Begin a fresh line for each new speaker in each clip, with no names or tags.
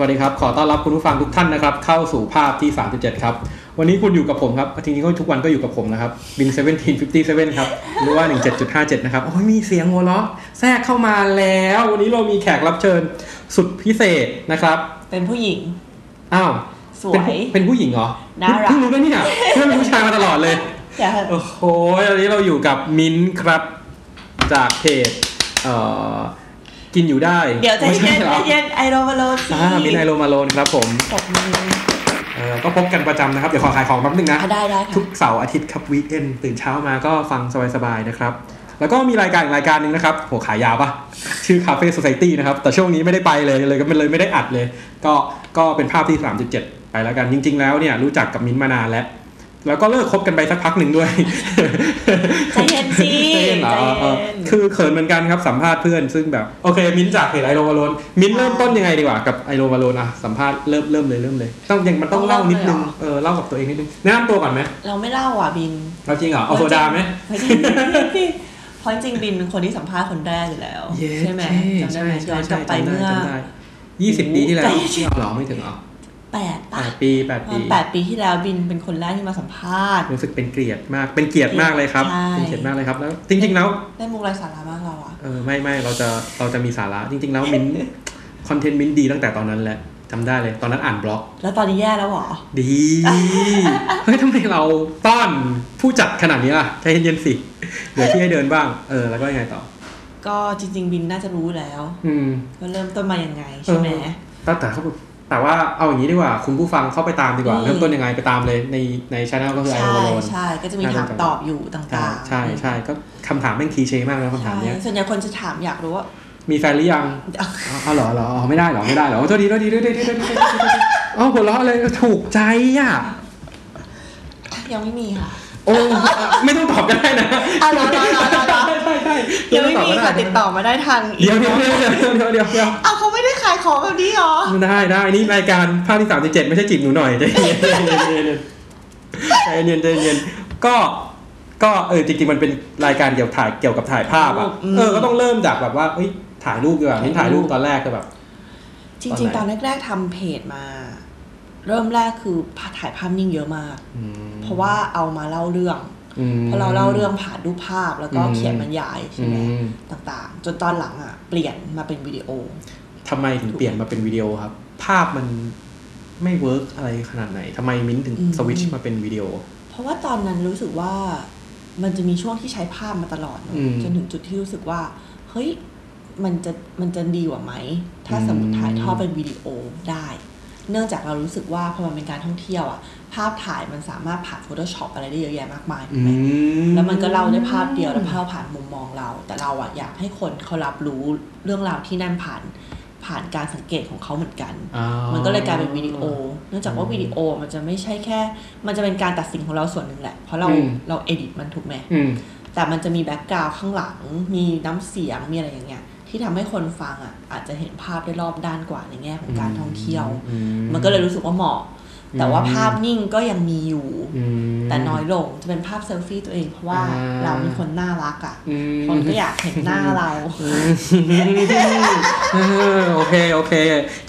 วัสดีครับ ขอต้อนรับคุณผู้ฟังทุกท่านนะครับ เข้าสู่ภาพที่ 37 ครับ วันนี้คุณอยู่กับผมครับจริงๆก็ทุกวันก็อยู่กับผมนะครับบิน1757 ครับ หรือว่า 17.57 นะครับ โอ้ยมีเสียงหัวเราะแทรกเข้ามาแล้ว วันนี้เรามีแขกรับเชิญสุดพิเศษนะครับ
เป็นผู้หญิง
อ้าว
สวย
เป็นผู้เป็นผู้หญิงเหรอ
น่ารัก
เพิ่งรู้นะเนี่ยเพื่อนเป็นผู้ชายมาตลอดเลย
อย่า
โอ้โหวันนี้เราอยู่กับมิ้นท์ครับจากเพจเอ่อกินอยู่ได้
เดี๋ยวใจ
ไม่
เย็
ใช่
น
หร
ใจ
อ
เย็นไอโรมาโลสิ
อ่ามิ้นท์ไอโรมาโลนครับผม
ตบมือ
เอ่อก็พบกันประจำนะครับ เดี๋ยวขอขายของแป๊บนึงนะ
อ่ะได้ได้
ทุ
ค่ะ
กเสาร์อาทิตย์ครับวีคเอนตื่นเช้ามาก็ฟังสบายๆนะครับ แล้วก็มีรายการอีกรายการหนึ่งนะครับโหขายยาวปะชื่อ Cafe Society นะครับ แต่ช่วงนี้ไม่ได้ไปเลยเลยก็ไม่เลยไม่ได้อัดเลย ก็ก็เป็นภาพที่ 37 ไปแล้วกันจริง ๆ แล้วเนี่ยรู้จักกับมิ้นท์มานานแล้ว แล้วก็เลิกคบกันไปสักพักหนึ่งด้วย
ใจเย็นสิ
ใจเย็นเหรอ
ใจ
เอ
เย็
อน คือเขินเหมือนกันครับสัมภาษณ์เพื่อนซึ่งแบบโอเค มิ้นท์จากเพจไอโรวาโลนมิ้นท์เริ่มต้นยังไงดีกว่ากับไอโรวาโลนอะสัมภาษณ์เริ่มเริ่มเลยเริ่มเลย ต้องยังมันต้องเล่านิดนึงเออเล่ากับตัวเองนิดนึงแนะนำตัวก่อนไหม
เราไม่เล่าอ่ะบิน
เราจริงเหรอ เอาโซดาไหม
ไม่ใช่ดิเพราะจริงๆบินเป็นคนที่สัมภาษณ์คนแรกอยู่แล้ว
เย้
ใช่ไหมจำได้ไหมย้อนกลับไปเมื่อ
ยี่สิบปีที่แล้ว
ใจเย็น
หรอไม่ถึงเหรอ
แปด
แป
ป่ะ
ดปีแปด
ประมา
ปี
ณแปดปีที่แล้วบินเป็นคนแรกที่มาสัมภาษณ์
รู้สึกเป็นเกลียดมาก เป็นเกลียดมากเลยครับ
ใช่
เป็นเกลียดมากเลยครับ แล้วจริง ๆ แล้ว
ได้มุกไรสาระมากเราอ่ะ
เออไม่ไม่เราจะเราจะมีสาระ จริง ๆ แล้วมินคอนเทนต์มินดีตั้งแต่ตอนนั้นแหละจำได้เลย ตอนนั้นอ่านบล็อก
แล้วตอนนี้แย่แล้วเหรอ
ดี เฮ้ยทำไมเราต้อนผู้จัดขนาดนี้ล่ะ ใจเย็นๆสิ เดี๋ยวพี่ให้เดินบ้าง เออ แล้วก็ยังไงต่อ
ก็จริง ๆ บินน่าจะรู้แล้ว
อืม
ว่าเริ่มต้นมายังไงใช่ไหม
เออ แต่แต่เขาแต่ว่าเอาอย่างนี้ดีกว่า คุณผู้ฟังเข้าไปตามดีกว่า
อืม
เริ่มต้นยังไงไปตามเลยในในช anel ก็คือไอ
ใช่
โอโลน
ใช่ก็จะมี
น่าจะ
ถามตอบอยู่ต่างๆ
ใช่ใช่ก็คำถามแม่งคลีเช่มากนะคำถามเนี้ย
ส่วนใหญ่คนจะถามอยากรู้ว่า
มีแฟนหรือยัง
เอา
อ๋ออ๋อเหรอเหรออ๋อไม่ได้เหรอไม่ได้เหรอโทษดีโทษดีโทษดีโทษดีโทษดีโทษดีอ๋อหัวเราะเลยถูกใจอ่ะ
ยังไม่มีค่ะ
โอ้ไม่ต้องตอบก็ได้นะ
อ่ะรอรอรอรอรอ
ใช่ใช่ใช่
ยังไม่มีค่ะติดต่อมาได้ทาง
เดี๋ยวเดี๋ยวเดี๋ยวเดี๋ยวเดี๋ยวเดี๋ยวเดี๋ยว
อ้าวเขาไม่ได้ขายของแบบนี้หรอ
ได้ได้นี่รายการภาคที่สามสิบเจ็ดไม่ใช่จีบหนูหน่อยใจเย็นใจเย็นใจเย็นใจเย็นใจเย็นก็ก็เออจริงๆมันเป็นรายการเกี่ยวถ่ายเกี่ยวกับถ่ายภาพอ่ะ
อืม
เออก็ต้องเริ่มจากแบบว่าเอ้ยถ่ายรูปดีกว่านี่ถ่ายรูปตอนแรกก็แบบ
จริง
ต
ๆต
อ
อนน
ไหน
แรก ๆทำเพจมา เริ่มแรกคือถ่ายภาพนิ่งเยอะมาก
อืม
เพราะว่าเอามาเล่าเรื่อง
อืม
เพราะเราเล่าเรื่องผ่านรูปภาพแล้วก็
อืม
เขียนบรรยาย
อื
ใช่ไหม
ม
ต่างๆ จนตอนหลังอ่ะเปลี่ยนมาเป็นวิดีโอ
ทำไมถึงเปลี่ยนมาเป็นวิดีโอครับ ภาพมันไม่เวิร์กอะไรขนาดไหนทำไมมิ้นท์ถึง
อืม
สวิตช์มาเป็นวิดีโอ
เพราะว่าตอนนั้นรู้สึกว่ามันจะมีช่วงที่ใช้ภาพมาตลอดเนอะ
อืม
จนถึงจุดที่รู้สึกว่าเฮ้ยมันจะมันจะดีกว่าไหม ถ้า
อืม
สมมติถ่ายทอดเป็นวิดีโอได้ เนื่องจากเรารู้สึกว่าพอมันเป็นการท่องเที่ยวอะภาพถ่ายมันสามารถผ่าน Photoshop อะไรได้เยอะแยะมากมายถู
อื
กไหม
ม
แล้วมันก็เล่าได้ภาพเดียวแล้วภาพผ่านมุมมองเรา แต่เราอะอยากให้คนเขารับรู้เรื่องราวที่นั่นผ่านผ่านการสังเกตของเขาเหมือนกัน
อ่า
มันก็เลยกลายเป็นวิดีโอ เนื่องจากว่า
อืม
วิดีโอมันจะไม่ใช่แค่ มันจะเป็นการตัดสินของเราส่วนหนึ่งแหละ เพราะเรา
อืม
เราเอดิตมันถูกไหม
อืม
แต่มันจะมีแบ็กกราวด์ข้างหลัง มีน้ำเสียง มีอะไรอย่างเงี้ย ที่ทำให้คนฟังอ่ะอาจจะเห็นภาพได้รอบด้านกว่าในแง่ของการท่องเที่ยว
อืม
มันก็เลยรู้สึกว่าเหมาะ แต่ว่าภาพนิ่งก็ยังมีอยู่
อืม
แต่น้อยลง จะเป็นภาพเซลฟี่ตัวเอง เพราะว่า
อ่า
เราเป็นคนน่ารักอ่ะ
อืม
คนก็อยากเห็นหน้าเรา
เออโอเค โอเค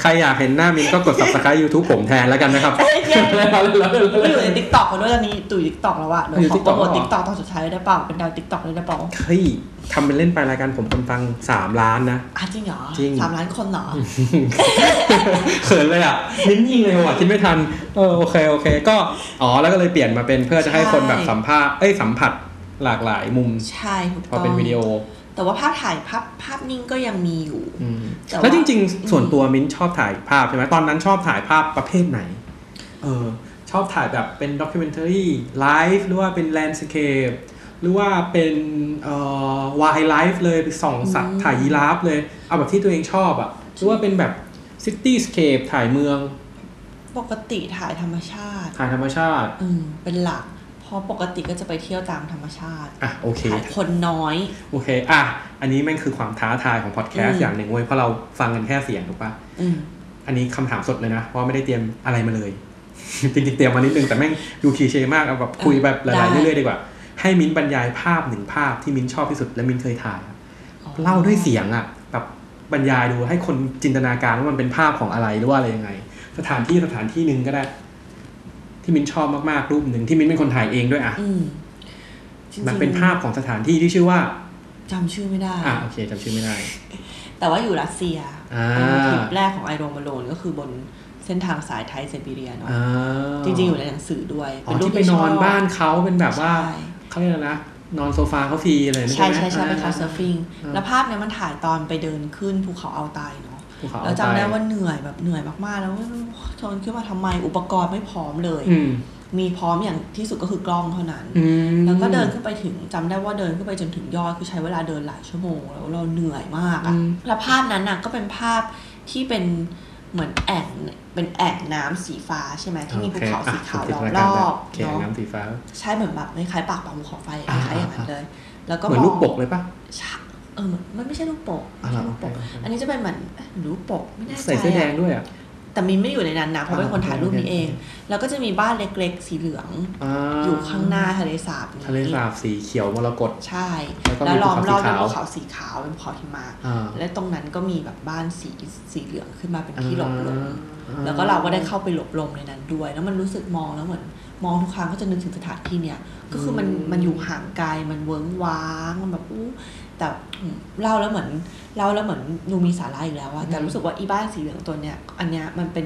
ใครอยากเห็นหน้ามินก็กด subscribe YouTube ผมแทนแล้วกันนะครับ
เย้ ไปอยู่ในทิกตอกกันด้วยตอนนี้ตู่ทิกตอกแล้วอะเดี๋ยว
อยู่
ขอโปรโมท
TikTok แล้วเหรอ
ทิกตอกตอนสุดท้ายได้เปล่าเป็นดาวทิกตอกเลยได้เปล่า
เฮ้ยทำเป็นเล่นไปรายการผมกำตังสามล้านนะ
อ่ะจริงเหรอ
จริง
สามล้านคนเหรอ
เขินเลยอ่ะมิ้นยิงเลยว่ะคิดไม่ทันเออโอเคโอเค ก็อ๋อแล้วก็เลยเปลี่ยนมาเป็นเพื่อจะให้คนแบบ
ใช่
สัมภาษณ์เอ้ยสัมผัสหลากหลายมุม
ใช่ถูก
พอ
ต้อง
เป็นวิดีโอ
แต่ว่าภาพถ่ายภาพภาพนิ่งก็ยังมีอยู่
อืม
แต่ว่า
แล้วจริง ๆ ส่วนตัวมิ้นชอบถ่ายภาพใช่ไหมตอนนั้นชอบถ่ายภาพประเภทไหน เออ ชอบถ่ายแบบเป็นด็อกิเมน a r รีไลฟ์หรือว่าเป็นแลนด์สเคปหรือว่าเป็นเอ่อวายไลฟ์เลยไปส่องสัตว์ถ่ายยีราฟเลย เอาแบบที่ตัวเองชอบอะหรือว่าเป็นแบบซิตี้สเคปถ่ายเมือง
ปกติถ่ายธรรมชาติ
ถ่ายธรรมชาติ
อืมเป็นหลัก เพราะปกติก็จะไปเที่ยวตามธรรมชาติ
อ่ะโอเค
ถ่ายคนน้อย
โอเค อ่ะ อันนี้แม่งคือความท้าทายของพอดแคส
อื
ต์
ม
อย่างหนึ่งเว้ยเพราะเราฟังกันแค่เสียงถูกปะ
อืม
อันนี้คำถามสดเลยนะ เพราะไม่ได้เตรียมอะไรมาเลย จริงๆเตรียมมานิดนึงแต่แม่งดูคลีเช่มากเอาแบบคุยแบบหลายๆเรื่อยๆดีกว่า ให้มิ้นบรรยายภาพหนึ่งภาพที่มิ้นชอบที่สุดและมิ้นเคยถ่ายอะ
อ๋อ
เล่าด้วยเสียงอ่ะแบบ บรรยายดูให้คนจินตนาการว่ามันเป็นภาพของอะไรหรือว่าอะไรยังไง สถานที่สถานที่หนึ่งก็ได้ ที่มินชอบมากๆรูปหนึ่งที่มินเป็นคนถ่ายเองด้วยอ่ะ
อืมจริงๆ
มันเป็นภาพของสถานที่ที่ชื่อว่า
จำชื่อไม่ได้
อ่ะโอเคจำชื่อไม่ได้
แต่ว่าอยู่รัสเซีย
อ่า
เป็นทริปแรกของไอโรมาโลนก็คือบนเส้นทางสายไทยเซบีเรียเนาะ
อ่า
จริงๆ อยู่ในหนังสือด้วย
อ๋อที่ไปนอนบ้านเขาเป็นแบบว่า
ใช่
เขาเรียกอะไรนะนอนโซฟาเขาฟรีอะไรนะ
ใช่
ไหม
ใช่ใช่
อ่า
เป็นคาเซิร์ฟิง
อ่า
แล้วภาพเนี้ยมันถ่ายตอนไปเดินขึ้นภูเขาเอาไตเนาะ
ภูเขา
แล้วจำได้
ป
ว่าเหนื่อยแบบเหนื่อยมากๆ แล้วชนขึ้นมาทำไมอุปกรณ์ไม่พร้อมเลย
อืม
มีพร้อมอย่างที่สุดก็คือกล้องเท่านั้น
อืม
แล้วก็เดินขึ้นไปถึงจำได้ว่าเดินขึ้นไปจนถึงยอดคือใช้เวลาเดินหลายชั่วโมง แล้วเราเหนื่อยมากอะแล้วภาพนั้นน่ะก็เป็นภาพที่เป็นเหมือนแอ่งเป็นแอ่งน้ำสีฟ้าใช่ไหมที่มีภูเขาสีขาวล้อมรอบ
โอเค
เนาะ
น้ำสีฟ้า
ใช่เหมือนแบบคล้ายๆปากปากภูเขาไฟค
อ่า
ล้ายๆอย่างนั้นเลย แล้วก็
เหมือน
ง
ลูกปกเลยปะ
ใช่เออมันไม่ใช่ลูกปก
อ่า
ไม่ใช่ลูกปก
โอเคโอเค
อันนี้จะเป็นเหมือนลูกปกไม่แน่ใจ
ใส่เสื้อแดง
อะ
ด้วยอ่ะ
แต่มินไม่ได้อยู่ในนั้นนะเพราะเป็นคนถ่ายรูป
อ่าโอเค
นี้เอง แล้วก็จะมีบ้านเล็กๆ สีเหลือง
อ่า
อยู่ข้างหน้าทะเลสาบนี้
ทะเลสาบสีเขียวมรกต
ใช่
แล้วก็
แล้ว
มี
ล้อมรอบด้วย
ภู
ภู
เขา
เขาสีขาวเป็นภูเขาหิมะ
อ่า
และตรงนั้นก็มีแบบบ้านสีสีเหลืองขึ้นมาเป็นที่หลบลม
อ่
แล้วก็เราก็ได้เข้าไปหลบลมในนั้นด้วย แล้วมันรู้สึกมองแล้วเหมือนมองทุกครั้งก็จะนึกถึงสถานที่เนี่ย ก็คือมันมันอยู่ห่างไกลมันเวิ้งว้างมันแบบอู้แต่อืมเล่าแล้วเหมือนเล่าแล้วเหมือนดูมีสาระอีกแล้วอะแต่รู้สึกว่าอีบ้านสีเหลืองตัวเนี้ยอันเนี้ยมันเป็น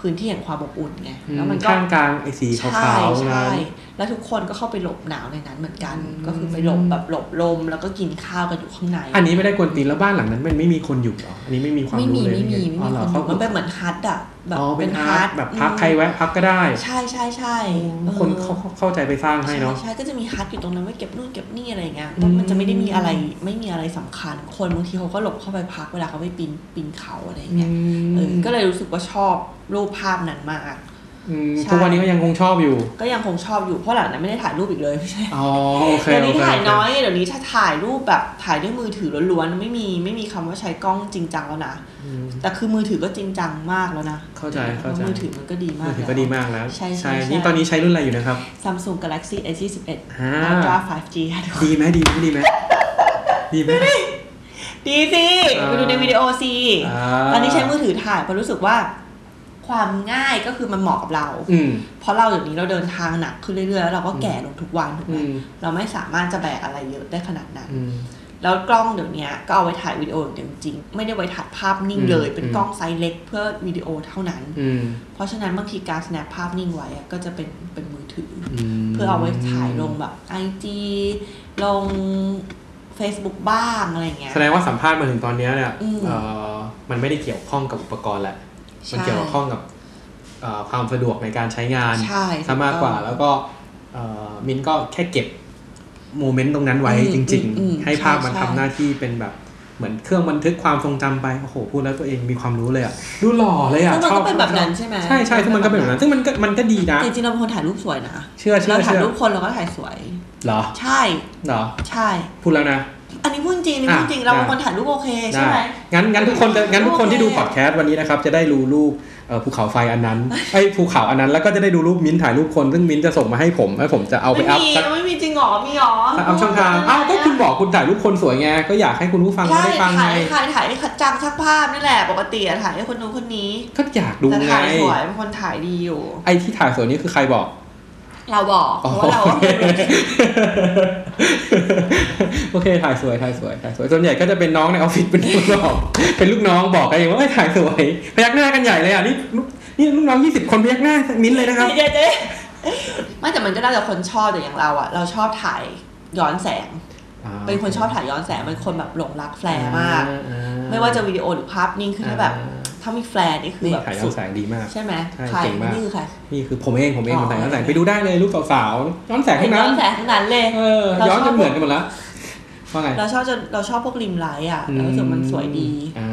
พื้นที่แห่งความอบอุ่นไง
อื
แล้วมันก็
ข้างกลางไอ้สีขาว
ใช่
ๆนั้
ใช่
น
แล้วทุกคนก็เข้าไปหลบหนาวในนั้นเหมือนกัน
อืม
ก็คือไปหลบแบบหลบลมแล้วก็กินข้าวกันอยู่ข้างใน
อันนี้ไม่ได้กวนตีนแล้วบ้านหลังนั้นมันไม่มีคนอยู่เหรอ อันนี้ไม่มีความ
ไม่
รู้
มี
เลย
ไม่มีไม่
อ๋อ
มี
เหร
ค
อน
อ
เขา
ยู่มันเป็นเหมือนฮัทอะแบบ
อ๋อเป็นฮา
ฮั
ร์ดแบบพักใครแวะพักก็ได้
ใช่ใช่ใช่
คน
ออ
เขาเข้าใจไปสร้างให้เนาะ
ใช่ก็จะมีฮัทอยู่ตรงนั้นไว้เก็บนู่นเก็บนี่อะไรอย่างเงี้ย
อืม
มันจะไม่ได้มีอะไรไม่มีอะไรสำคัญ คนบางทีเขาก็หลบเข้าไปพักเวลาเขาไปปีนปีนเขาอะไรอย่างเงี้ยเออก็เลยรู้สึกว่าชอบรูปภาพนั้นมาก
อืม
ใช่
ทุกวันนี้ก็ยังคงชอบอยู่
ก็ยังคงชอบอยู่เพราะหลังนั้นไม่ได้ถ่ายรูปอีกเลย
อ๋อโอเค
เดี๋ยว
โอเค
นี้ถ่าย
โอเค
น้อยเดี๋ยวนี้ถ้าถ่ายรูปแบบถ่ายด้วยมือถือล้วนๆไม่มีไม่มีคำว่าใช้กล้องจริงจังแล้วนะ
อืม
แต่คือมือถือก็จริงจังมากแล้วนะ
เข้าใจเข้าใจ
มือถือมันก็ดีมาก
มือถือก็
แล้ว
ดีมากแล้ว
ใช่ใช่ใช่
นี่ตอนนี้ใช้รุ่นอะไรอยู่นะครับ
Samsung Galaxy S21
อ่า
Ultra 5G ค่ะทุกคน
ดีไหมดีไหมดีไหมดีไหม
ดีสิ
อ่า
ไปดูในวิดีโอสิตอนนี้ใช้มือถือถ่ายเพราะรู้สึกว่า ความง่ายก็คือมันเหมาะกับเรา
อืม
เพราะเราเดี๋ยวนี้เราเดินทางหนักขึ้นเรื่อยๆแล้วเราก็แก่ลงทุกวันถูกไหม
อืม
เราไม่สามารถจะแบกอะไรเยอะได้ขนาดนั้น
อืม
แล้วกล้องเดี๋ยวเนี้ยก็เอาไว้ถ่ายวิดีโออย่างเดียวจริงๆไม่ได้ไว้ถ่ายภาพนิ่งเลย
อืม
เป็นกล้องไซส์เล็กเพื่อวิดีโอเท่านั้น
อืม
เพราะฉะนั้นบางทีการ snap ภาพนิ่งไว้อะก็จะเป็นเป็นมือถืออ
ม
เพื่อเอาไว้ถ่ายลงแบบ IG ลง Facebook บ้างอะไรอย่างเงี้ย
แสดงว่าสัมภาษณ์มาถึงตอนเนี้ยเนี่ย
อืม
เอ่อมันไม่ได้เกี่ยวข้องกับอุปกรณ์แหละ
ใช่
มันเกี่ยวข้องกับเอ่อความสะดวกในการใช้งาน
ใช่
ซะมากกว่า
ถูกต้อง
แล้วก็เอ่อมินก็แค่เก็บโมเมนต์ตรงนั้นไว้
อืม
จริง
อืมอืม
ๆ ให้ภาพมัน
ใช่
ทำหน้าที่เป็นแบบเหมือนเครื่องบันทึกความทรงจำไป โอ้โห พูดแล้วตัวเองมีความรู้เลยอ่ะ ดูหล่อเลยอ่ะ
ซึ่งมัน
ชอ
ก็เป็นแบบนั้นใช่ไหม
ใช่ใช่ซึ่งมันก็เป็นแบบนั้น ซึ่งมันก็มันก็ดีนะ
จริงๆเราเป็นคนถ่ายรูปสวยนะ
เชื่อเชื่
เรา
อ
ถ่า
เชื่อ
ยรูปคนเราก็ถ่ายสวย
เหรอ
ใช่
เหรอ
ใช่
พูดแล้วนะ
อันนี้พูดจริงอันนี้
อ่ะ
พูดจริงเราเป็น
ได้
คนถ่ายรูปโอเคใช่
ได้
ไหม
งั้นงั้นทุกคนจะงั้นทุกคนที่
โอเค
ดูพอดแคสต์วันนี้นะครับ จะได้รู้รูปเอ่อภูเขาไฟอัน นั้นไอ้ยภูเขาอันนั้นแล้วก็จะได้ดูรูปมิ้นท์ถ่ายรูปคนซึ่งมิ้นท์จะส่งมาให้ผมให้ผมจะเอาไป
ไม่
อัพ
มี
สัก
ไม่มีจริงเหรอมีเหรอ
สักอัพช่องทางอ้าวก็คุณบอกคุณถ่ายรูปคนสวยไงก็อยากให้คุณผู้ฟัง
ใช่
ได้ฟัง
ถ่า
ไง
ยถ่ายถ่ายให้ขัดจังช่างภาพนี่แหละปกติอะถ่ายให้คนนู้นคนนี้
ก็อยากดู
แต่
ไง
ถ่ายสวยเป็นคนถ่ายดีอยู่
ไอ้ที่ถ่ายสวยนี่คือใครบอก
เราบอกเพ
อ๋อ
ราะว่าเรา
โอ
ก็
เคโอเคถ่ายสวยถ่ายสวยถ่ายสวยส่วนใหญ่ก็จะเป็นน้องในออฟฟิศเป็นลูกน้อง เป็นลูกน้องบอกกันเองว่าเอ้ยถ่ายสวยพยักหน้ากันใหญ่เลยอ่ะนี่ลูกนี่ลูกน้องยี่สิบคนพยักหน้ามิ้นท์เลยนะครับ
เดี๋ยวเดี๋ยวไม่แต่มันก็ได้แต่คนชอบแต่อย่างเราอะเราชอบถ่ายย้อนแสง เป็นคนชอบถ่ายย้อนแสงเป็นคนแบบหลงรักแฟลร์มาก
อ่
ไม่ว่าจะวิดีโอหรือภาพนิ่งคือถ้าแบบ ถ้ามีแฟลร์นี่คือ
นี่
แบบ
ถ่ายย้อ
สุ
น
ด
แสงดีมาก
ใช่ไหม
ใช่
ใคร
เก่งมาก
นี่คือใคร
นี่คือผมเองผมเอง
อ๋
ผ
อ
มถ่ายย้อนแสงไปดูได้เลยรูปสาวๆย้อนแสงทั้ง
ย้
นั้
อน นแสงทั้งนั้นเลย
เออ
เราชอบ
ย้อนจนเหมือนกันหมดแล้วว่าไง
เราชอบจนเราชอบพวกริมไลท์อะเรารู้สึกมันสวยดี
อ้า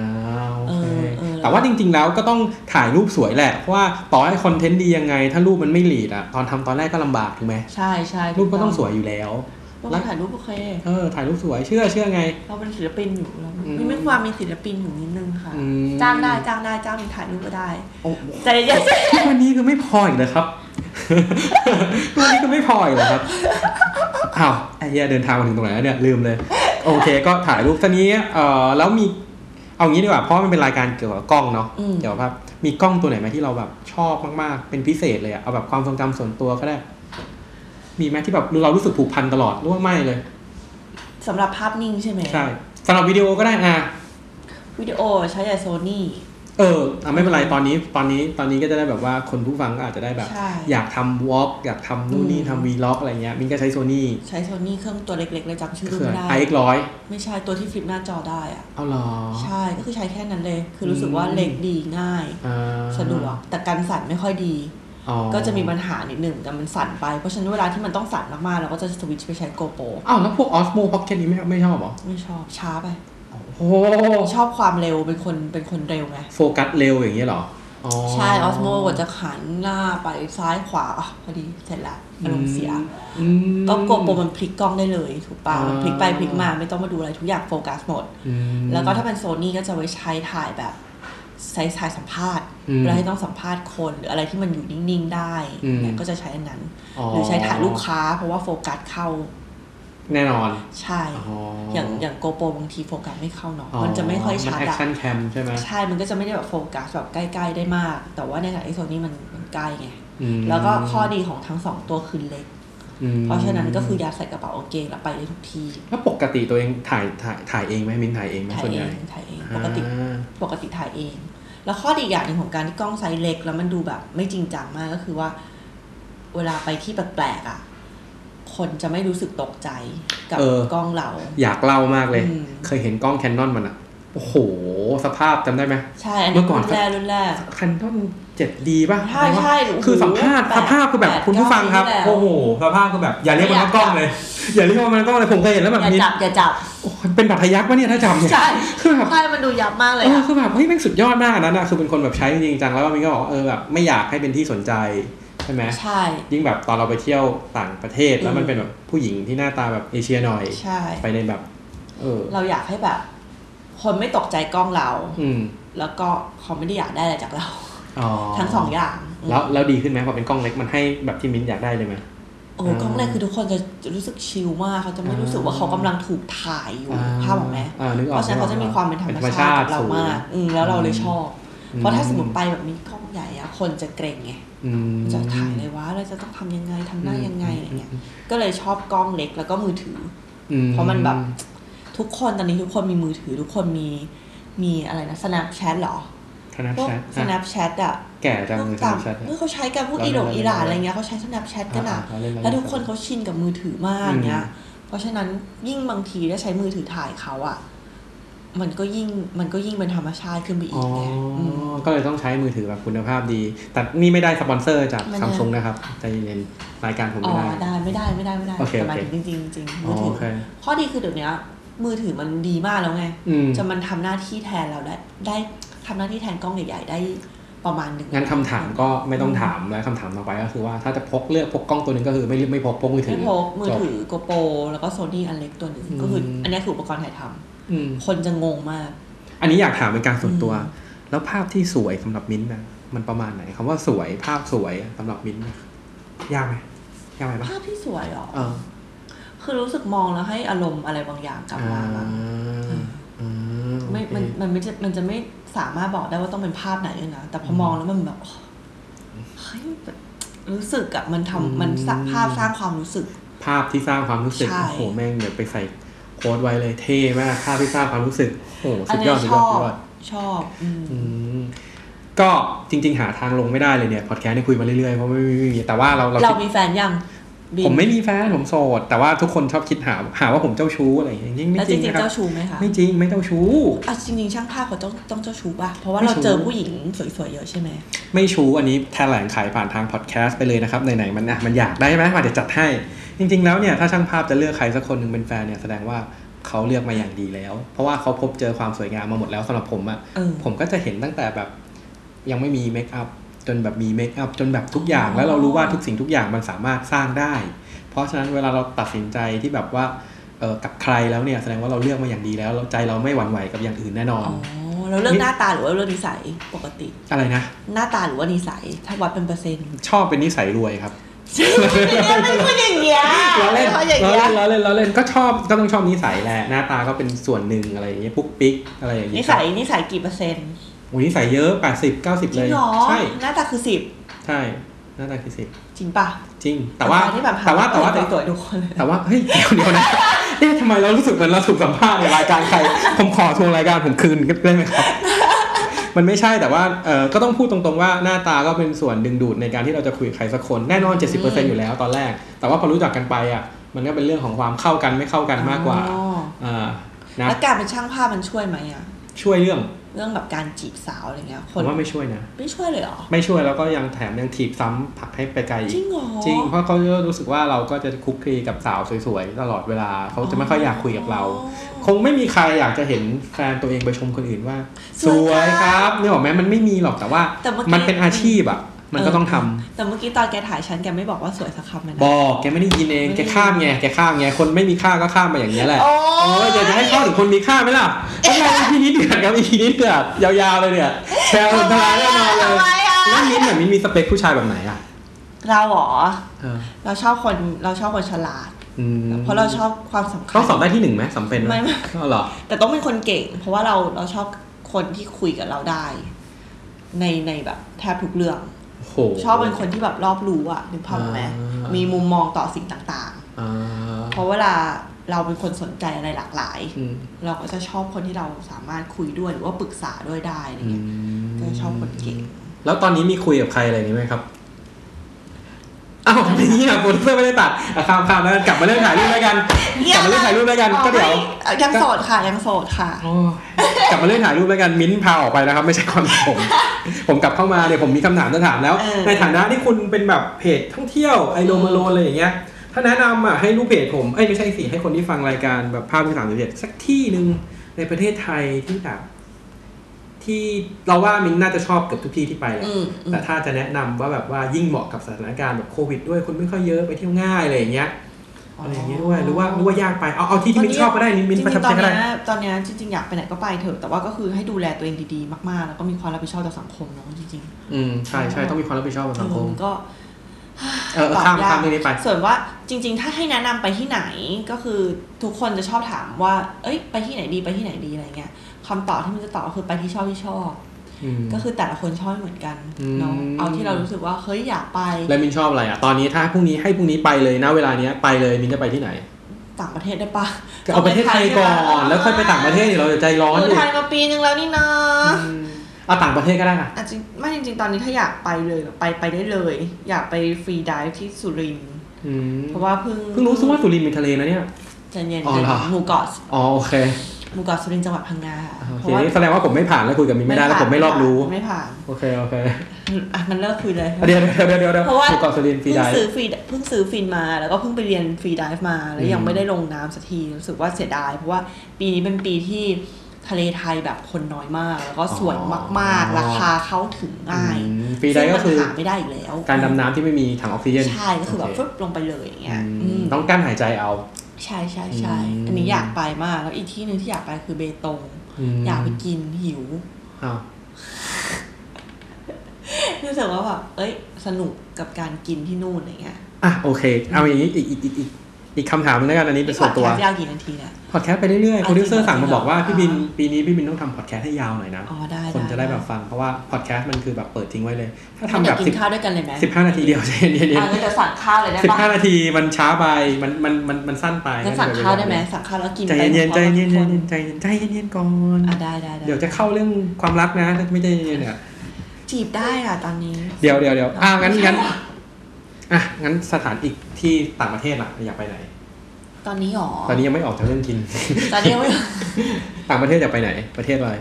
วโอเค
เออเออ
แต่ว่าจริง ๆ แล้วก็ต้องถ่ายรูปสวยแหละ เพราะว่าต่อให้คอนเทนต์ดียังไง ถ้ารูปมันไม่หลีดอะตอนทำตอนแรกก็ลำบากถูกไหม
ใช่ใช่
รูปก็ต้องสวยอยู่แล้ว
รูปก็ถ่ายรูปโอเค
เออถ่ายรูปสวยเชื่อเชื่อไง
เราเป็นศิลปินอยู่เรา
อืม
มีไม่ความมีศิลปินอยู่นิดนึงค่ะ
อืม
จ้างได้จ้างได้จ้างมีถ่ายรูปก็ได้
โอ้
ใจเย็น
ทุกวันนี้คือไม่พออีกเลยครับ ทุกวันนี้ก็ไม่พออีกเลยครับ อ้าวไอ้เหี้ยเดินทางมาถึงตรงไหนแล้วเนี่ยลืมเลย โอเค ก็ถ่ายรูปตอนนี้ เอ่อแล้วมี เอางี้ดีกว่าเพราะมันเป็นรายการเกี่ยวกับกล้องเนาะ
อืม
เกี่ยวกับภาพมีกล้องตัวไหนไหมที่เราแบบชอบมากๆ เป็นพิเศษเลยอะเอาแบบความทรงจำส่วนตัวก็ได้ มีไหมที่แบบเรารู้สึกผูกพันตลอดหรือว่าไม่เลย
สำหรับภาพนิ่งใช่ไหม
ใช่สำหรับวิดีโอก็ได้อ่ะ
วิดีโอใช้จากโซนี่
เอออ่ะไม่เป็นไร ตอนนี้ ตอนนี้ ตอนนี้ก็จะได้แบบว่าคนผู้ฟังก็อาจจะได้แบบ
ใช่
อยากทำวอล์กอยากทำนู่นนี่
อืม
ทำวีล็อกอะไรเงี้ย มินก็ใช้โซนี่
ใช้โซนี่เครื่องตัวเล็กๆเลยจำชื่อ
ก็
รุ่
คือ
นไม่ได้
ไอเอ็กร้อย
ไม่ใช่ตัวที่ฟลิปหน้าจอได้อะ
เอาเหรอ
ใช่ก็คือใช้แค่นั้นเลย คือ
อื
รู้
ม
สึกว่าเล็กดีง่าย
อ่า
สะดวกแต่การสั่นไม่ค่อยดี
อ๋อ
ก็จะมีปัญหานิดหนึ่งแต่มันสั่นไปเพราะฉะนั้นเวลาที่มันต้องสั่นมากๆเราก็จะสวิตช์ไปใช้โกโปร
อ้าวแล้วพวกออสโมพ็อกเก็ตนี้ไม่ไม่ชอบเหรอ
ไม่ชอบช้าไป
โอ้โห
ชอบความเร็วเป็นคนเป็นคนเร็วไง
โฟกัสเร็วอย่างเงี้ยเหรออ๋อ
ใช่ออสโมกว่าจะหันหน้าไปซ้ายขวาอ่ะพอดีเสร็จละอารมณ์เสีย
อืม
ก็โกโปรมันพลิกกล้องได้เลยถูกปะ
อ่ามั
มันพลิกไปพลิกมาไม่ต้องมาดูอะไรทุกอย่างโฟกัสหมด
อืม
แล้วก็ถ้าเป็นโซนี่ก็จะไว้ใช้ถ่ายแบบใช้ถ่ายสัมภาษณ์
อืม
เวลาที่ต้องสัมภาษณ์คนหรืออะไรที่มันอยู่นิ่งๆได้
อืม
เนี่ยก็จะใช้อันนั้น หรือใช้ถ่ายลูกค้าเพราะว่าโฟกัสเข้า
แน่นอน
ใช่
อ๋
อย่างอย่างโกโปรบางทีโฟกัสไม่เข้าเนาะ
อ๋อ
มันจะไม่ค่อยชัด
แอค
อะ
ชั่นแคม action cam ใช่ไหม
ใช่ มันก็จะไม่ได้แบบโฟกัสแบบใกล้ๆได้มาก แต่ว่าในขณะที่โซนี่มันมันใกล้ไง
อืม
แล้วก็ข้อดีของทั้งสองตัวคือเล็ก
อืม
เพราะฉะนั้นก็คือยัดใส่กระเป๋าโอเคแล้วไปได้ทุกที่
แล้วปกติตัวเองถ่ายถ่ายถ่ายเองไหมมินถ่ายเองไหม
ถ่าย
ส่วน
เอ
ใหญ่
งถ่ายเองปกติ
อ่า
ปกติถ่ายเอง แล้วข้อดีอีกอย่างหนึ่งของการที่กล้องไซส์เล็ก แล้วมันดูแบบไม่จริงจังมากก็คือว่า เวลาไปที่แปลกๆอ่ะ คนจะไม่รู้สึกตกใจกับกล้องเรา
อยากเล่ามากเลย
อืม
เคยเห็นกล้องแคนนอนมันอะโอ้โห สภาพจำได้ไหม
ใช่อัน
เมื่อ
นี้
ก่อน
รุ่นแรกรุ่นแรก
แคนนอนเจ็ดดีป่ะ
ใช่ใช่โอ้โห
คือสัมภาษณ์
แปด
สภาพคือแบบ
แปด
คุณผู้ฟังครับ
เก้าปีแล้ว
โอ้โหสภาพคือแบบอย่าเรียกมันว่ากล้อง เลย อย่าเรียกว่ามันว่ากล้องเลยผมเคยเห็นแล้วแบบ
อย่า
นี้
จับอย่าจับ
โอ้โหเป็นบัตรทะยักปะเนี่ยถ้าจำเนี่ย
ใช่
คือแบบ
ใช่มันดูยับมากเลย
เออ
อะ
คือแบบเฮ้ยแม่งสุดยอดมากอันนั้นอะคือเป็นคนแบบใช้จริงๆจังแล้วมินก็บอกว่าเออแบบไม่อยากให้เป็นที่สนใจใช่ไหม
ใช่
ยิ่งแบบตอนเราไปเที่ยวต่างประเทศ แล้ว
อืม
มันเป็นแบบผู้หญิงที่หน้าตาแบบเอเชียหน่อย
ใช่
ไปในแบบ เออ
เราอยากให้แบบ คนไม่ตกใจกล้องเรา
อืม
แล้วก็เขาไม่ได้อยากได้อะไรจากเรา
อ๋อ
ทั้งสองอย่าง
แล้วแล้วดีขึ้นไหมพอเป็นกล้องเล็กมันให้แบบที่มิ้นอยากได้เลยไหม
โอ้โหกล้องแรกคือทุกคนจะรู้สึกชิลมากเขาจะไม่รู้สึกว่าเขากำลังถูกถ่ายอยู่ภาพออกไหม
อ่านึกออก
เพราะฉะนั้นเขาจะมีความเป็นธรรมชาติกับเรามากอืมแล้วเราเลยชอบ เพราะถ้าสมมติไปแบบมีกล้องใหญ่อะคนจะเกรงไง
อืม
จะถ่ายเลยว่าเราจะต้องทำยังไงทำหน้ายังไงอะไรเงี้ย ก็เลยชอบกล้องเล็กแล้วก็มือถือ
อื
เพราะมันแบบ ทุกคนตอนนี้ทุกคนมีมือถือ ทุกคนมีมีอะไรนะ snapchat เหรอ
ธนา
พวก
ชัด
snapchat อะ
แก่จัง
พวก
เลยธ
ต่าง
นาชัด
เมื่อเขาใช้กันพวกอีหลงอีหลานอะไรเงี้ยเขาใช้ snapchat กันอะ
อ่าๆเล่นๆ
แล้วทุกคนเขาชินกับมือถือมาก
อืม
เงี้ย เพราะฉะนั้นยิ่งบางทีได้ใช้มือถือถ่ายเขาอะมันก็ยิ่งมันก็ยิ่งเป็นธรรมชาติขึ้นไปอี
อ๋อก
ไง
อ
ม
ก็เลยต้องใช้มือถือแบบคุณภาพดี แต่นี่ไม่ได้สปอนเซอร์จาก
ไม่ได้
ซัมซุงนะครับใจเย็นๆรายการผม
อ๋
ไม่
อ
ได้
ได้ไม่ได้ไม่ได้ไม่ได้
โอเค
แต่หมาย
โอ
ถึง
เค
จริงๆจริงๆ
อ๋อ
มือถื
โอ
อ
เค
อข้อดีคือเดี๋ยวเนี้ย มือถือมันดีมากแล้วไง
อืม
จะมันทำหน้าที่แทนเราได้ได้ทำหน้าที่แทนกล้องใหญ่ๆได้ประมาณหนึ่ง
งั้นคำถามก็ไม่ต้องถามแล้วคำถามต่อไปก็คือว่าถ้าจะพกเลือกพกกล้องตัวหนึ่งก็คือไม่ไม่พกพกมือถื
ไม่
อ
พกมือถื
จบ
อโกโปรแล้วก็โซนี่อันเล็กตัวหนึ่ง
อืม
ก็คืออันเนี้ยคืออุปกรณ์ถ่ายทำ
อืม
คนจะงงมาก
อันนี้อยากถามเป็นการส่วนตัว
อืม
แล้วภาพที่สวยสำหรับมิ้นท์นะมันประมาณไหนคำว่าสวยภาพสวยสำหรับมิ้นท์นะยากไหมยากไหมปะ
ภาพที่สวยเหรอ
เออ
คือรู้สึกมองแล้วให้อารมณ์อะไรบางอย่างกลับมาบ้าง
อ่า
ไม่
โอเค
มันมันไม่จะมันจะไม่สามารถบอกได้ว่าต้องเป็นภาพไหนเลยนะแต่พอมองแล้วมันแบบเฮ้ยแบบรู้สึกอะมันทำมันสร้างภาพสร้างความรู้สึก
ภาพที่สร้างความรู้สึก
ใช่
โอ้โหแม่งเดี๋ยวไปใส่โค้ดไว้เลยเท่มากภาพที่สร้างความรู้สึกโอ้โห
อั
สุด
นเนี้
ยอย ดสุด
ช
ยอ
อ
ด
บ
สุดยอด
ชอบอืม
อืมก็จริง ๆ หาทางลงไม่ได้เลยเนี่ยพอดแคสต์เนี่ยคุยมาเรื่อยๆเพราะไม่ไม่ไม่มีแต่ว่าเราเรา
เรา
คิด
มีแฟนยังบิน
ผมไม่มีแฟนผมโสด แต่ว่าทุกคนชอบคิดหาหาว่าผมเจ้าชู้อะไรอย่างเงี้ยจริงๆไม่
แล้ว
จ
จ
ริง
ริง
นะค
ๆ
รั
เจ้า
บ
ชู้ไหมคะ
ไม่จริงไม่เจ้าชู้
อ่ะจริงๆช่างภาพเขาต้องต้องเจ้าชู้ป่ะ เพราะว่า
ไม่
เรา
ชู้
เจอผู้หญิงสวยๆเยอะใช่ไหม
ไม่ชู้อันนี้แถลงขายผ่านทางพอดแคสต์ไปเลยนะครับไหนๆมันอ่ะมันอยากได้ไหมมาเดี๋ยวจัดให้ จริง ๆ แล้วเนี่ยถ้าช่างภาพจะเลือกใครสักคนหนึ่งเป็นแฟนเนี่ยแสดงว่าเขาเลือกมาอย่างดีแล้ว เพราะว่าเขาพบเจอความสวยงามมาหมดแล้วสำหรับผมอะ
เออ
ผมก็จะเห็นตั้งแต่แบบยังไม่มีเมคอัพจนแบบมีเมคอัพจนแบบทุกอย่างแล้วเรารู้ว่าทุกสิ่งทุกอย่างมันสามารถสร้างได้ เพราะฉะนั้นเวลาเราตัดสินใจที่แบบว่าเออกับใครแล้วเนี่ยแสดงว่าเราเลือกมาอย่างดีแล้วเราใจเราไม่หวั่นไหวกับอย่างอื่นแน่นอ
อ๋อน เราเลือก
นี่
หน้าตาหรือว่าเลือกนิสัยปกติ
อะไรนะ
หน้าตาหรือว่านิสัยถ้าวัดเป็นเปอร์เซ็นต์
ชอบเป็นนิสัยรวยครับ
เนี่ยมันคนอย่างเงี้ย
ล้อเล่น
ค
ล้อน
อย่าง
เล่
เงี้ย
นล้อเล่นล้อเล่นก็ชอบก็ต้องชอบนิสัยแหละหน้าตาก็เป็นส่วนหนึ่งอะไรอย่างเงี้ยปุ๊กปิ๊กอะไรอย่างเงี้
นิ
ย
สัยนิสัยกี่เปอร์เซ็นต์
โอ้ยนิสัยเยอะแปดสิบเก้าสิบ
จ
เล
ริง
ย
เหรอ
ใช่
หน้าตาคือสิบ
ใช่หน้าตาคือสิบ
จริงป่ะ
จริง แต่ว่า
ที่แบบห
แต่ว่าแต่ว่า
คน
แต่
สวยๆทุกคนเลย
แต่ว่าเฮ้ยเดี๋ยวเดี๋ยวนะเอ๊ะทำไมเรารู้สึกเหมือนเราถูกสัมภาษณ์ในรายการใคร ผมขอทวงรายการผมคืนได้ไหมครับ มันไม่ใช่แต่ว่าเออก็ต้องพูดตรงๆว่าหน้าตาก็เป็นส่วนดึงดูดในการที่เราจะคุยกับใครสักคนแน่นอน 70%อยู่แล้วตอนแรก แต่ว่าพอรู้จักกันไปอ่ะ มันก็เป็นเรื่องของความเข้ากันไม่เข้ากันมากกว่า
อ๋อ
อ่านะ
แล้วการเป็นช่างภาพมันช่วยไหมอะ
ช่วยเรื่อง
เรื่องแบบการจีบสาวอะไรเงี้ยค
ผ
น
มว่าไม่ช่วยนะ
ไม่ช่วยเลยเหรอ
ไม่ช่วยแล้วก็ยังแถมยังถีบซ้ำผลักให้ไปไกลอี
จ
ก
ริงเหรอ
จริงเพราะเขาจะรู้สึกว่าเราก็จะคุกคลีกับสาวสวยๆ ตลอดเวลาเขาจะไม่ค่อยอยากคุยกับเรา คงไม่มีใครอยากจะเห็นแฟนตัวเองไปชมคนอื่นว่า ส
สว
ว
ย
ยค
ครั
รับบ เนี่ยหรอกไหมมันไม่มีหรอกแต่ว่า
แต่เมื่อกี้
มันเป็นอาชีพอ่ะ มันก็ต้องทำ
แต่เมื่อกี้ตอนแกถ่ายฉันแกไม่บอกว่าสวยสักคำเลยนะ
บอกแกไม่ได้ยินเอง
ไม่ได้
แกข้ามไงแกข้ามไงคนไม่มีค่าก็ข้ามมาอย่างนี้ยแหละ
โอ้
โอ้ยอยากจะให้เข้าถึงคนมีค่าไหม ล่ะทำไมอีพีนี้เดือดครับอีพีนี้เดือดยาวๆเลยเนี่ยแชร์ทลายแน่นอนเลย
ทำไมอะ
แล้วมิ้นท์น่ะมิ้นท์มีสเปคผู้ชายแบบไหนอ่ะ
เราเหรอ
เออ
เราชอบคนเราชอบคนฉลาด
อืม
เพราะเราชอบความสำคั
ต้อ
ญ
งสอบได้ที่หนึ่งไหมสำเป็น
ไม่ไม่
ก็หรอ
แต่ต้องเป็นคนเก่ง เพราะว่าเราเราชอบคนที่คุยกับเราได้ ในในแบบแทบทุกเรื่อง
โอ้โห
ชอบเป็นคนที่แบบรอบรู้อะนึกภาพออกไหม
อ่ามี
มีมุมมองต่อสิ่งต่าง
อ่า
ๆ เพราะเวลาเราเป็นคนสนใจอะไรหลากหลาย
อืม
เราก็จะชอบคนที่เราสามารถคุยด้วยหรือว่าปรึกษาด้วยได้อะไรเงี้ยก็ชอบคนเก่ง
แล้วตอนนี้มีคุยกับใครอะไรอย่างนี้ไหมครับอ้าว ไม่เงี้ยโปรดิวเซอร์ไม่ได้ตัดอ่ะข้ามข้ามแล้วกลับมาเรื่องถ่ายรูปแล้วกันกลับมาเรื่องถ่ายรูปแล้วกันก็เดี๋ยว
อ๋อไม่ยังโสดค่ะยังโสดค่ะ
โอ้ยกลับมาเรื่องถ่ายรูปแล้วกันมิ้นท์พาออกไปนะครับ ไม่ใช่ความคิดผม ผมกลับเข้ามาเนี่ยผมมีคำถามจะถามแล้ว
เออ
ในฐานะที่คุณเป็นแบบเพจท่องเที่ยวไอโดมาโลอะไรอย่างเงี้ยถ้าแนะนำอ่ะให้ลูกเพจผมเอ้ยไม่ใช่สิให้คนที่ฟังรายการแบบภาพที่สามสิบเจ็ดสักที่หนึ่งในประเทศไทยที่แบบที่เราว่ามิ้นท์น่าจะชอบเกือบทุกที่ที่ไปแหละ
อืมอืม
แต่ถ้าจะแนะนำว่าแบบว่ายิ่งเหมาะกับสถานการณ์แบบโควิดด้วยคนไม่ค่อยเยอะไปเที่ยวง่ายอะไรอย่างเงี้ยอะไรอย่างเงี้ยด้วยหรือว่าหรือว่ายากไปเอาเอาที่ที่มิ้นท์ชอบก็ได้มิ้นท์มิ้นท์ประทับใจก็ได้
จริงๆตอนเนี้ยตอนเนี้ยจริงๆอยากไปไหนก็ไปเถอะแต่ว่าก็คือให้ดูแลตัวเองดีๆ มากๆ แล้วก็มีความรับผิดชอบต่อสังคมเนาะจริง
อืมใช่ใช่ต้องมีความรับผิดชอบต่อ
ๆ
สังคม
เออก็
เออเออ
ต
ข้า
อ
ม
บยก
ข้ามเรื่องนี้ไป
ส่วนว่าจริง ๆ ถ้าให้แนะนำไปที่ไหนก็คือทุกคนจะชอบถามว่า เอ้ย ไปที่ไหนดีไปที่ไหนดีอะไรเงี้ยคำตอบที่มันจะตอบก็คือไปที่ชอบที่ชอบ
อืม
ก็คือแต่ละคนชอบไม่เหมือนกันเนาะ
อืม
เอาที่เรารู้สึกว่าเฮ้ยอยากไป
แล้วมินชอบอะไรอ่ะ ตอนนี้ถ้าพรุ่งนี้ให้พรุ่งนี้ไปเลยนะเวลาเนี้ยไปเลยมินจะไปที่ไหน
ต่างประเทศได้ปะ
เอาประเทศไทยก่อน แล้วค่อยไปต่างประเทศเดี๋ยวเราจะใจร้อน
อ
อยู่ ยู่
ไทยมาปีนึงแล้วนี่นะ
อืมเอาต่างประเทศก็ได้ค่ะ
อาจจะไม่จริงๆ ตอนนี้ถ้าอยากไปเลยแบบไปไปได้เลย อยากไปฟรีไดิฟที่สุรินทร์
อืม
เพราะว่าเพิ่ง
เพิ่งรู้สึกว่าสุรินทร์มีทะเลนะเนี่ย
ใจเย็น
อ๋อเหรอ
หมู่เกาะ
อ๋อโอเค
หมู่เกาะสุรินทร์จังหวัดพังงา
โอ
เพ
เค
ราะว่า
นี่แสดงว่าผมไม่ผ่านแล้วคุยกับมินไม่ได้แล้วผมไม่รอบรู้
ไม่ผ่าน
โอเคโอเค
อ่ะมันเลิกคุยเลย
เดี๋ยวเดี๋ยวเดี๋ยวเดี๋ยวเดี๋ยว
เพราะว่า
อยู่เกาะสุรินทร์ฟรี
เพิ่ง
ได้
ซื้อฟรีเพิ่งซื้อฟินมาแล้วก็เพิ่งไปเรียนฟรีไดิฟมาแล้วยังไม่ได้ลงน้ำสักทีรู้สึกว่าเสียดาย เพราะว่าปีนี้เป็นปีที่ทะเลไทยแบบคนน้อยมาก แล้วก็สวยมาก
อ๋อ
ๆ ราคาเข้าถึงง่าย
อืมฟรีได้ก็คือ
ซึ่งมันหาไม่ได้อีกแล้ว
การดำน้ำที่ไม่มีถังออกซิเจน
ใช่ก็คือแบบ
โเ
ฟึบลงไปเลยอย่างเงี้ย
อืม
อืม
ต้องกั้นหายใจเอา
ใช่ใช่ใช่
อืม
อันนี้อยากไปมาก แล้วอีกที่หนึ่งที่อยากไปคือเบตง
ม
อยากไปกินหิว
อ้าว
รู้สึกว่าแบบ เอ้ย สนุกกับการกินที่นู่นอะไรเงี้ย
อ่ะโอเค เอาอย่างนี้อีกอีกอีกอีกอีกคำถามหนึงแล้วกันอันนี้เป็นส่วนตัว
นี่พอดแคสยาวกี่นาทีเนี่ย
พอดแคสต์ไปเรื่อยๆโปรดิวเซอร์
อ่ะจริงๆ
สั่งมาบอกว่า
อ่ะ
พี่บินปีนี้พี่บินต้องทำพอดแคสต์ให้ยาวหน่อยนะ
อ๋อได้
คนจะได้แบบฟังเพราะว่าพอดแคสต์มันคือแบบเปิดทิ้งไว้เลย ถ้าทำแบบ
เดี๋ยวกิ
สิบ
นข้าวด้วยกันเลยไหม
สิบห้านาทีเดียว ใจเย็นเย็น
อ่ะงั้นจะสั่งข้าวเลยได้
สิบ
ปะ
ห้านาทีมันช้าไปมันมันมันมันสั้นไป
งั้นสั่งข้าวได้ไหมสั่งข้าวแล้วกิน
ใจ
ไป
เย็นๆใจเย็น
พ
ใจ
ร้อม
เย็น
ๆ
ใจเย็นใจเย็นใจเย็นก่อน
อ่ะได้ได้ได้
เดี๋ยวจะเข้าเรื่องความรักนะถ้าไม่ใจเย็นๆเนี่ย
จีบได้อ่ะตอนนี้
เดี๋ยวเดี๋ยวเดี๋ยวอ่ะ งั้นงั้นอ่ะงั้นสถานอีกที่ต่างประเทศล่ะอยากไปไหน
ตอนนี้หรอ
ตอนนี้ยังไม่ออกจากเรื่องกิน
ตอนนี้ไม่
ต่างประเทศอยากไปไหน ประเทศอะไร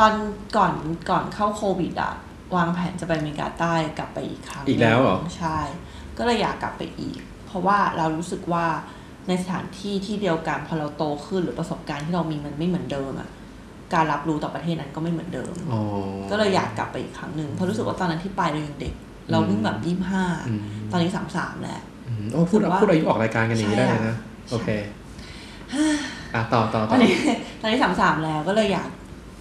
ตอนก่อนก่อนเข้าโควิดอ่ะ วางแผนจะไปอเมริกาใต้กลับไปอีกครั้ง
อีกแล้วเหรอ
ใช่ ก็เลยอยากกลับไปอีก เพราะว่าเรารู้สึกว่าในสถานที่ที่เดียวกันพอเราโตขึ้นหรือประสบการณ์ที่เรามีมันไม่เหมือนเดิมอะการรับรู้ต่อประเทศนั้นก็ไม่เหมือนเดิม
อ๋อ
ก็เลยอยากกลับไปอีกครั้งหนึ่งเพราะรู้สึกว่าตอนนั้นที่ไปเรายังเด็ก เราเพิ่งแบบยี่ห้า
อืม
ตอนนี้สามสามแล้ว
อืมโอ้พูด
แต่ว่า
พูดอายุออกรายการกันอย่างนี้
ใช่
ได้
อะ
เลยนะ โอเค อ่ะ ต่อต่อ
ต
ต่
อ
อน
นี้ ตอนนี้สามสามแล้วก็เลยอยาก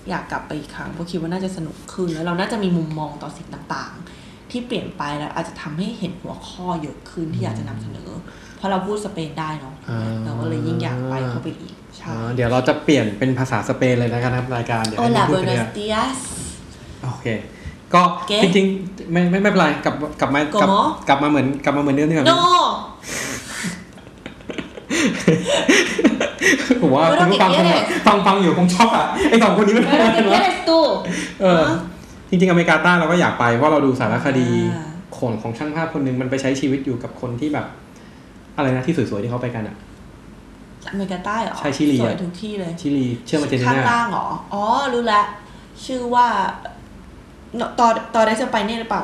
อยากกลับไปอีกครั้งเพราะคิดว่าน่าจะสนุกขึ้นแล้วเราน่าจะมีมุมมองต่อสิ่งต่าง ๆ ที่ ที่เปลี่ยนไปแล้วอาจจะทำให้เห็นหัวข้อเยอะขึ้นที่อยากจะนำเสนอ เพราะเราพูดสเปนได้เนาะ
อ่า
เราก็เลยยิ่งอยากไปเข้าไปอีกใช่
อ่าเดี๋ยวเราจะเปลี่ยนเป็นภาษาสเปนเลยนะครับรายการเดี๋ยว
โอ
ให้
ลา
พูดไป
เบอร์
เล
น
ย
สเตีย ส
โอเค ก็
เก๋
จริงๆไม่ไม่ไม่เป็นไรกลับกลับมากลับ
Como?
กลับมาเหมือนกลับมาเหมือนเดิมดีกว่า
โน
ไหมผมว่า
Pero
คุณผู้ฟังคง
que quieres?
ฟังฟังอยู่คงชอบอ่ะไอสองคนนี้มัน
เออเก
เนอะ
เรสตู
เออ จริงๆอเมริกาใต้เราก็อยากไปเพราะเราดูสารคดี
อ่า
ของของช่างภาพคนหนึ่งมันไปใช้ชีวิตอยู่กับคนที่แบบ อะไรนะที่สวยๆที่เขาไปกันอ่ะ
อเมริกาใต้เหรอ
ใช่ชิลี
สวย
อะ
ทุกที่เลย
ชิลีเชื่อมาเจน
ข้าง
น่า
ล่างเหรอ อ๋อ รู้ละ ชื่อว่าเนอะตอนตอนได้จะไปเนี่ยหรือเปล่า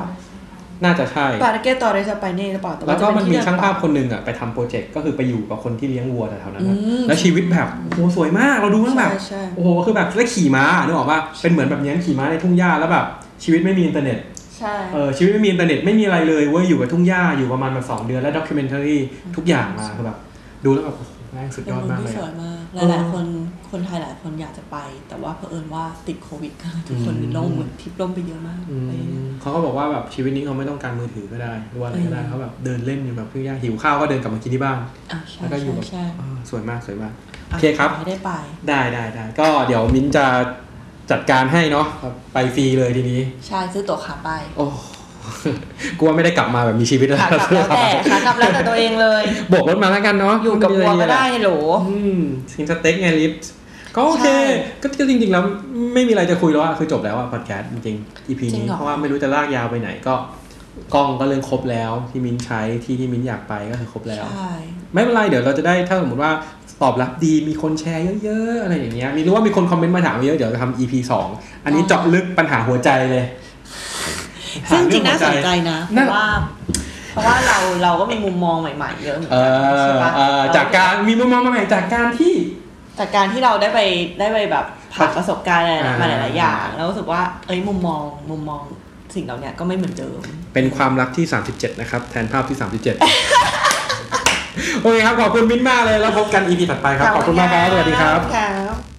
น่าจะใช่
ปาร์เก้ตอนได้จะไปเนี่ยหรือเปล่าต่า
แล้วก็มันมี
จะเป็ที่
ช่างภาพ
เดิ
คนหนึ่งอ่ะไปทำโปรเจกต์ก็คือไปอยู่กับคนที่เลี้ยงวัวแถวๆนั้นอะ
อืม
แล้วชีวิตแบบโอ้โหสวยมากเราดูแล้วแบบ
ใช่ใช่
โอ้โหคือแบบแล้วขี่ม้านึกออกป่ะเป็นเหมือนแบบเนี้ยขี่ม้าในทุ่งหญ้าแล้วแบบชีวิตไม่มีอินเทอร์เน็ต
ใช่
เออชีวิตไม่มีอินเทอร์เน็ตไม่มีอะไรเลยเว้ยอยู่กับทุ่งหญ้าอยู่ประมาณแบบสองเดือนแล้วด็อกิเมนทารีทุกอย่างมาคือแบบดูแล้วแบบโอ้โหแม่งสุด
เป็น
ยอด
เมือง
มากเล
ที่
ย
สว
อะ
ยมาก
เออ
หลายๆคน คนไทยหลายคนอยากจะไป แต่ว่าเผอิญว่าติดโควิดกันทุกคน
อืม
ล่มเหมือนทริปล่มไปเยอะมาก
อื
ไปเนี่ย
มเขาก็บอกว่าแบบชีวิตนี้เขาไม่ต้องการมือถือก็ได้หรือว่าอะไรก็ได้
อืม
เขาแบบเดินเล่นอยู่แบบทุ่งหญ้าหิวข้าวก็เดินกลับมากินที่บ้าน
อ่ะใช่
แล้วก็อยู่
ใช่
แบบ
ใช่
เออสวยมากสวยมาก
ะ
โอเคครับ
ไม่ได้ไป
ได้ได้ได้ก็เดี๋ยวมิ้นจะจัดการให้เนาะไปฟรีเลยทีนี้
ใช่ ซื้อตั๋วขาไป
โอ้ กลัวไม่ได้กลับมาแบบมีชีวิตแล้ว
ขากลับแล้วแต่ขากลับแล้วแต่ตัวเองเลย
โบกรถมาแล้วกันเนาะ
อยู่กับวัวก็ได้โหล
อืมกินสเต็กไงลิฟก็โอเค
ใช่
ก็ก็จริง ๆ แล้วไม่มีอะไรจะคุยแล้วอะคือจบแล้วอะพอดแคสต์จริงๆ EP
จริ
นี้
งเหรอ
เพราะว่าไม่รู้จะลากยาวไปไหนก็กล้องก็เรื่องครบแล้วที่มิ้นใช้ที่ที่มิ้นอยากไปก็คือครบแล้ว
ใช่
ไม่เป็นไรเดี๋ยวเราจะได้ถ้าสมมติว่าตอบรับดีมีคนแชร์เยอะๆอะไรอย่างเงี้ยมีรู้ว่ามีคนคอมเมนต์มาถามเยอะเดี๋ยวจะทำ EP สองอันนี้
ได้
เจาะลึกปัญหาหัวใจเลย
ซึ่งจริง
ห
น่าส
เอ
นใจนะเพ
น่า
ราะว่า เพราะว่าเราเราก็มีมุมมองใหม่ๆเยอะเหมือน
เอ
กัใช่
อ
ปะ
เออจากการมีมุมมองใหม่จากการที่
จากการที่เราได้ไปได้ไปแบบผ่านประสบการณ์อะไร
อ่าม
มาหลายๆอย่างแล้วรู้สึกว่าเอ้ยมุมมองมุมมองสิ่งเหล่าเนี้ยก็ไม่เหมือนเดิม
เป็นความรักที่ 37 นะครับ แทนภาพที่ 37 โอเคครับ ขอบคุณมิ้นท์มากเลยแล้วพบกัน EP ถัดไปครับ ขอบคุณมากครับ สวัสดีครับ
ขอบณครับ